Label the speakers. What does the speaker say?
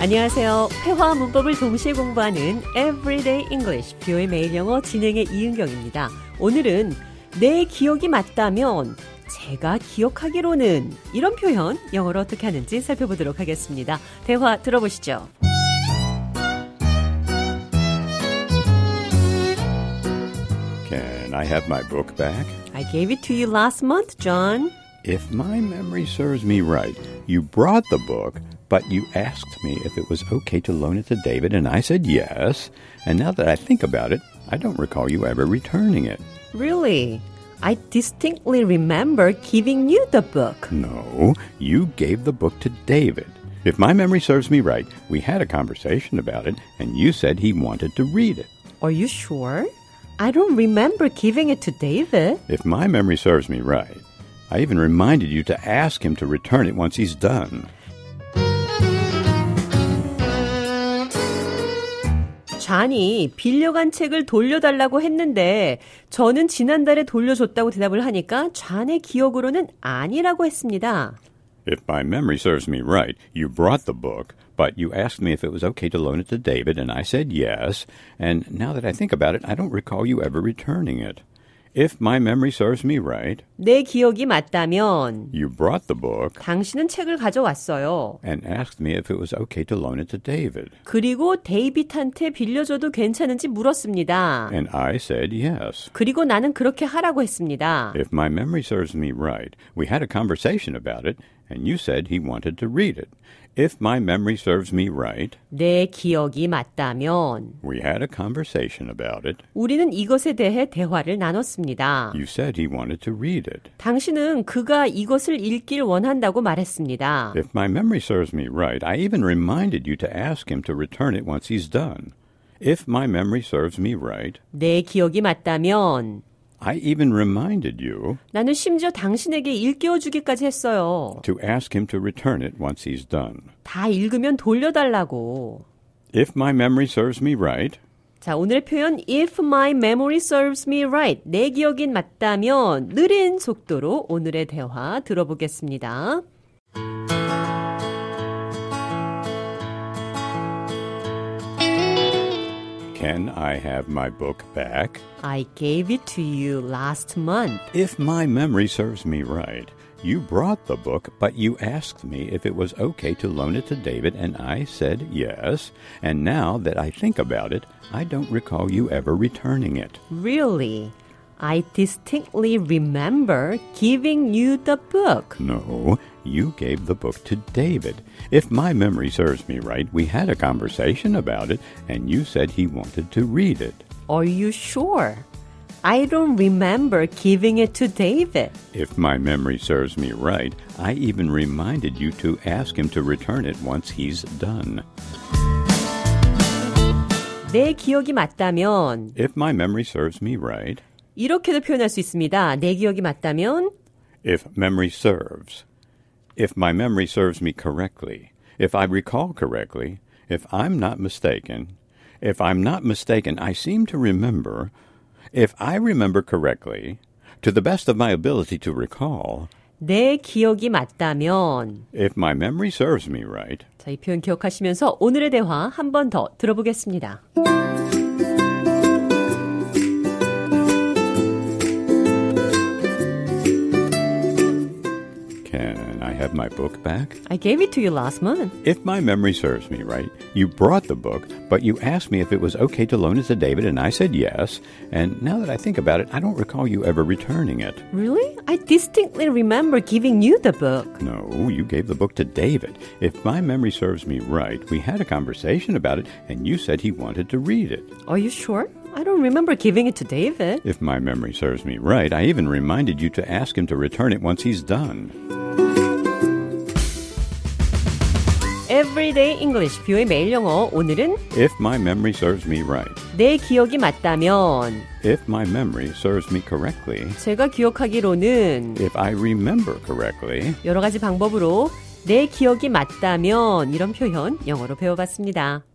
Speaker 1: 안녕하세요. 회화 문법을 동시에 공부하는 Everyday English 뷰의 매일 영어 진행의 이은경입니다. 오늘은 내 기억이 맞다면 제가 기억하기로는 이런 표현 영어로 어떻게 하는지 살펴보도록 하겠습니다. 대화 들어보시죠.
Speaker 2: Can I have my book back?
Speaker 1: I gave it to you last month, John.
Speaker 2: If my memory serves me right, you brought the book, but you asked me if it was okay to loan it to David, and I said yes. And now that I think about it, I don't recall you ever returning it.
Speaker 1: Really? I distinctly remember giving you the book.
Speaker 2: No, you gave the book to David. If my memory serves me right, we had a conversation about it, and you said he wanted to read it.
Speaker 1: Are you sure? I don't remember giving it to David.
Speaker 2: If my memory serves me right, I even reminded you to ask him to return it once he's done.
Speaker 1: 잔이 빌려간 책을 돌려달라고 했는데 저는 지난달에 돌려줬다고 대답을 하니까 잔의 기억으로는 아니라고 했습니다.
Speaker 2: If my memory serves me right, you brought the book, but you asked me if it was okay to loan it to David, and I said yes. And now that I think about it, I don't recall you ever returning it. If my memory serves me right,
Speaker 1: 내 기억이 맞다면
Speaker 2: you brought the book
Speaker 1: 당신은 책을 가져왔어요.
Speaker 2: and asked me if it was okay to loan it to David,
Speaker 1: 그리고 데이빗한테 빌려줘도 괜찮은지 물었습니다.
Speaker 2: and I said yes.
Speaker 1: 그리고 나는 그렇게 하라고 했습니다.
Speaker 2: If my memory serves me right, we had a conversation about it, and you said he wanted to read it. If my memory serves me right,
Speaker 1: 내 기억이 맞다면
Speaker 2: we had a conversation about it.
Speaker 1: 우리는 이것에 대해 대화를 나눴습니다.
Speaker 2: You said he wanted to read it.
Speaker 1: 당신은 그가 이것을 읽길 원한다고 말했습니다.
Speaker 2: If my memory serves me right, I even reminded you to ask him to return it once he's done. If my memory serves me right,
Speaker 1: 내 기억이 맞다면
Speaker 2: I even reminded you
Speaker 1: 나는 심지어 당신에게 일깨워 주기까지 했어요.
Speaker 2: to ask him to return it once he's done.
Speaker 1: 다 읽으면 돌려달라고.
Speaker 2: If my memory serves me right,
Speaker 1: 자, 오늘의 표현 if my memory serves me right. 내 기억인 맞다면 느린 속도로 오늘의 대화 들어보겠습니다.
Speaker 2: can I have my book back?
Speaker 1: I gave it to you last month.
Speaker 2: If my memory serves me right, you brought the book, but you asked me if it was okay to loan it to David, and I said yes. And now that I think about it, I don't recall you ever returning it.
Speaker 1: Really? I distinctly remember giving you the book.
Speaker 2: No, you gave the book to David. If my memory serves me right, we had a conversation about it, and you said he wanted to read it.
Speaker 1: Are you sure? I don't remember giving it to David.
Speaker 2: If my memory serves me right, I even reminded you to ask him to return it once he's done.
Speaker 1: 내 기억이 맞다면
Speaker 2: If my memory serves me right,
Speaker 1: 이렇게도 표현할 수 있습니다. 내 기억이 맞다면
Speaker 2: if memory serves, if my memory serves me correctly, if I recall correctly, if I'm not mistaken, if I'm not mistaken, I seem to remember, if I remember correctly, to the best of my ability to recall,
Speaker 1: 내 기억이 맞다면
Speaker 2: if my memory serves me right,
Speaker 1: 자, 이 표현 기억하시면서 오늘의 대화 한 번 더 들어보겠습니다.
Speaker 2: can I have my book back?
Speaker 1: I gave it to you last month.
Speaker 2: If my memory serves me right, you brought the book, but you asked me if it was okay to loan it to David, and I said yes. And now that I think about it, I don't recall you ever returning it.
Speaker 1: Really? I distinctly remember giving you the book.
Speaker 2: No, you gave the book to David. If my memory serves me right, we had a conversation about it, and you said he wanted to read it.
Speaker 1: Are you sure? I don't remember giving it to David.
Speaker 2: If my memory serves me right, I even reminded you to ask him to return it once he's done.
Speaker 1: Everyday English, 뷰의 매일 영어. 오늘은
Speaker 2: If my memory serves me right,
Speaker 1: 내 기억이 맞다면
Speaker 2: if my memory serves me correctly,
Speaker 1: 제가 기억하기로는
Speaker 2: if I remember correctly,
Speaker 1: 여러 가지 방법으로 내 기억이 맞다면 이런 표현 영어로 배워봤습니다.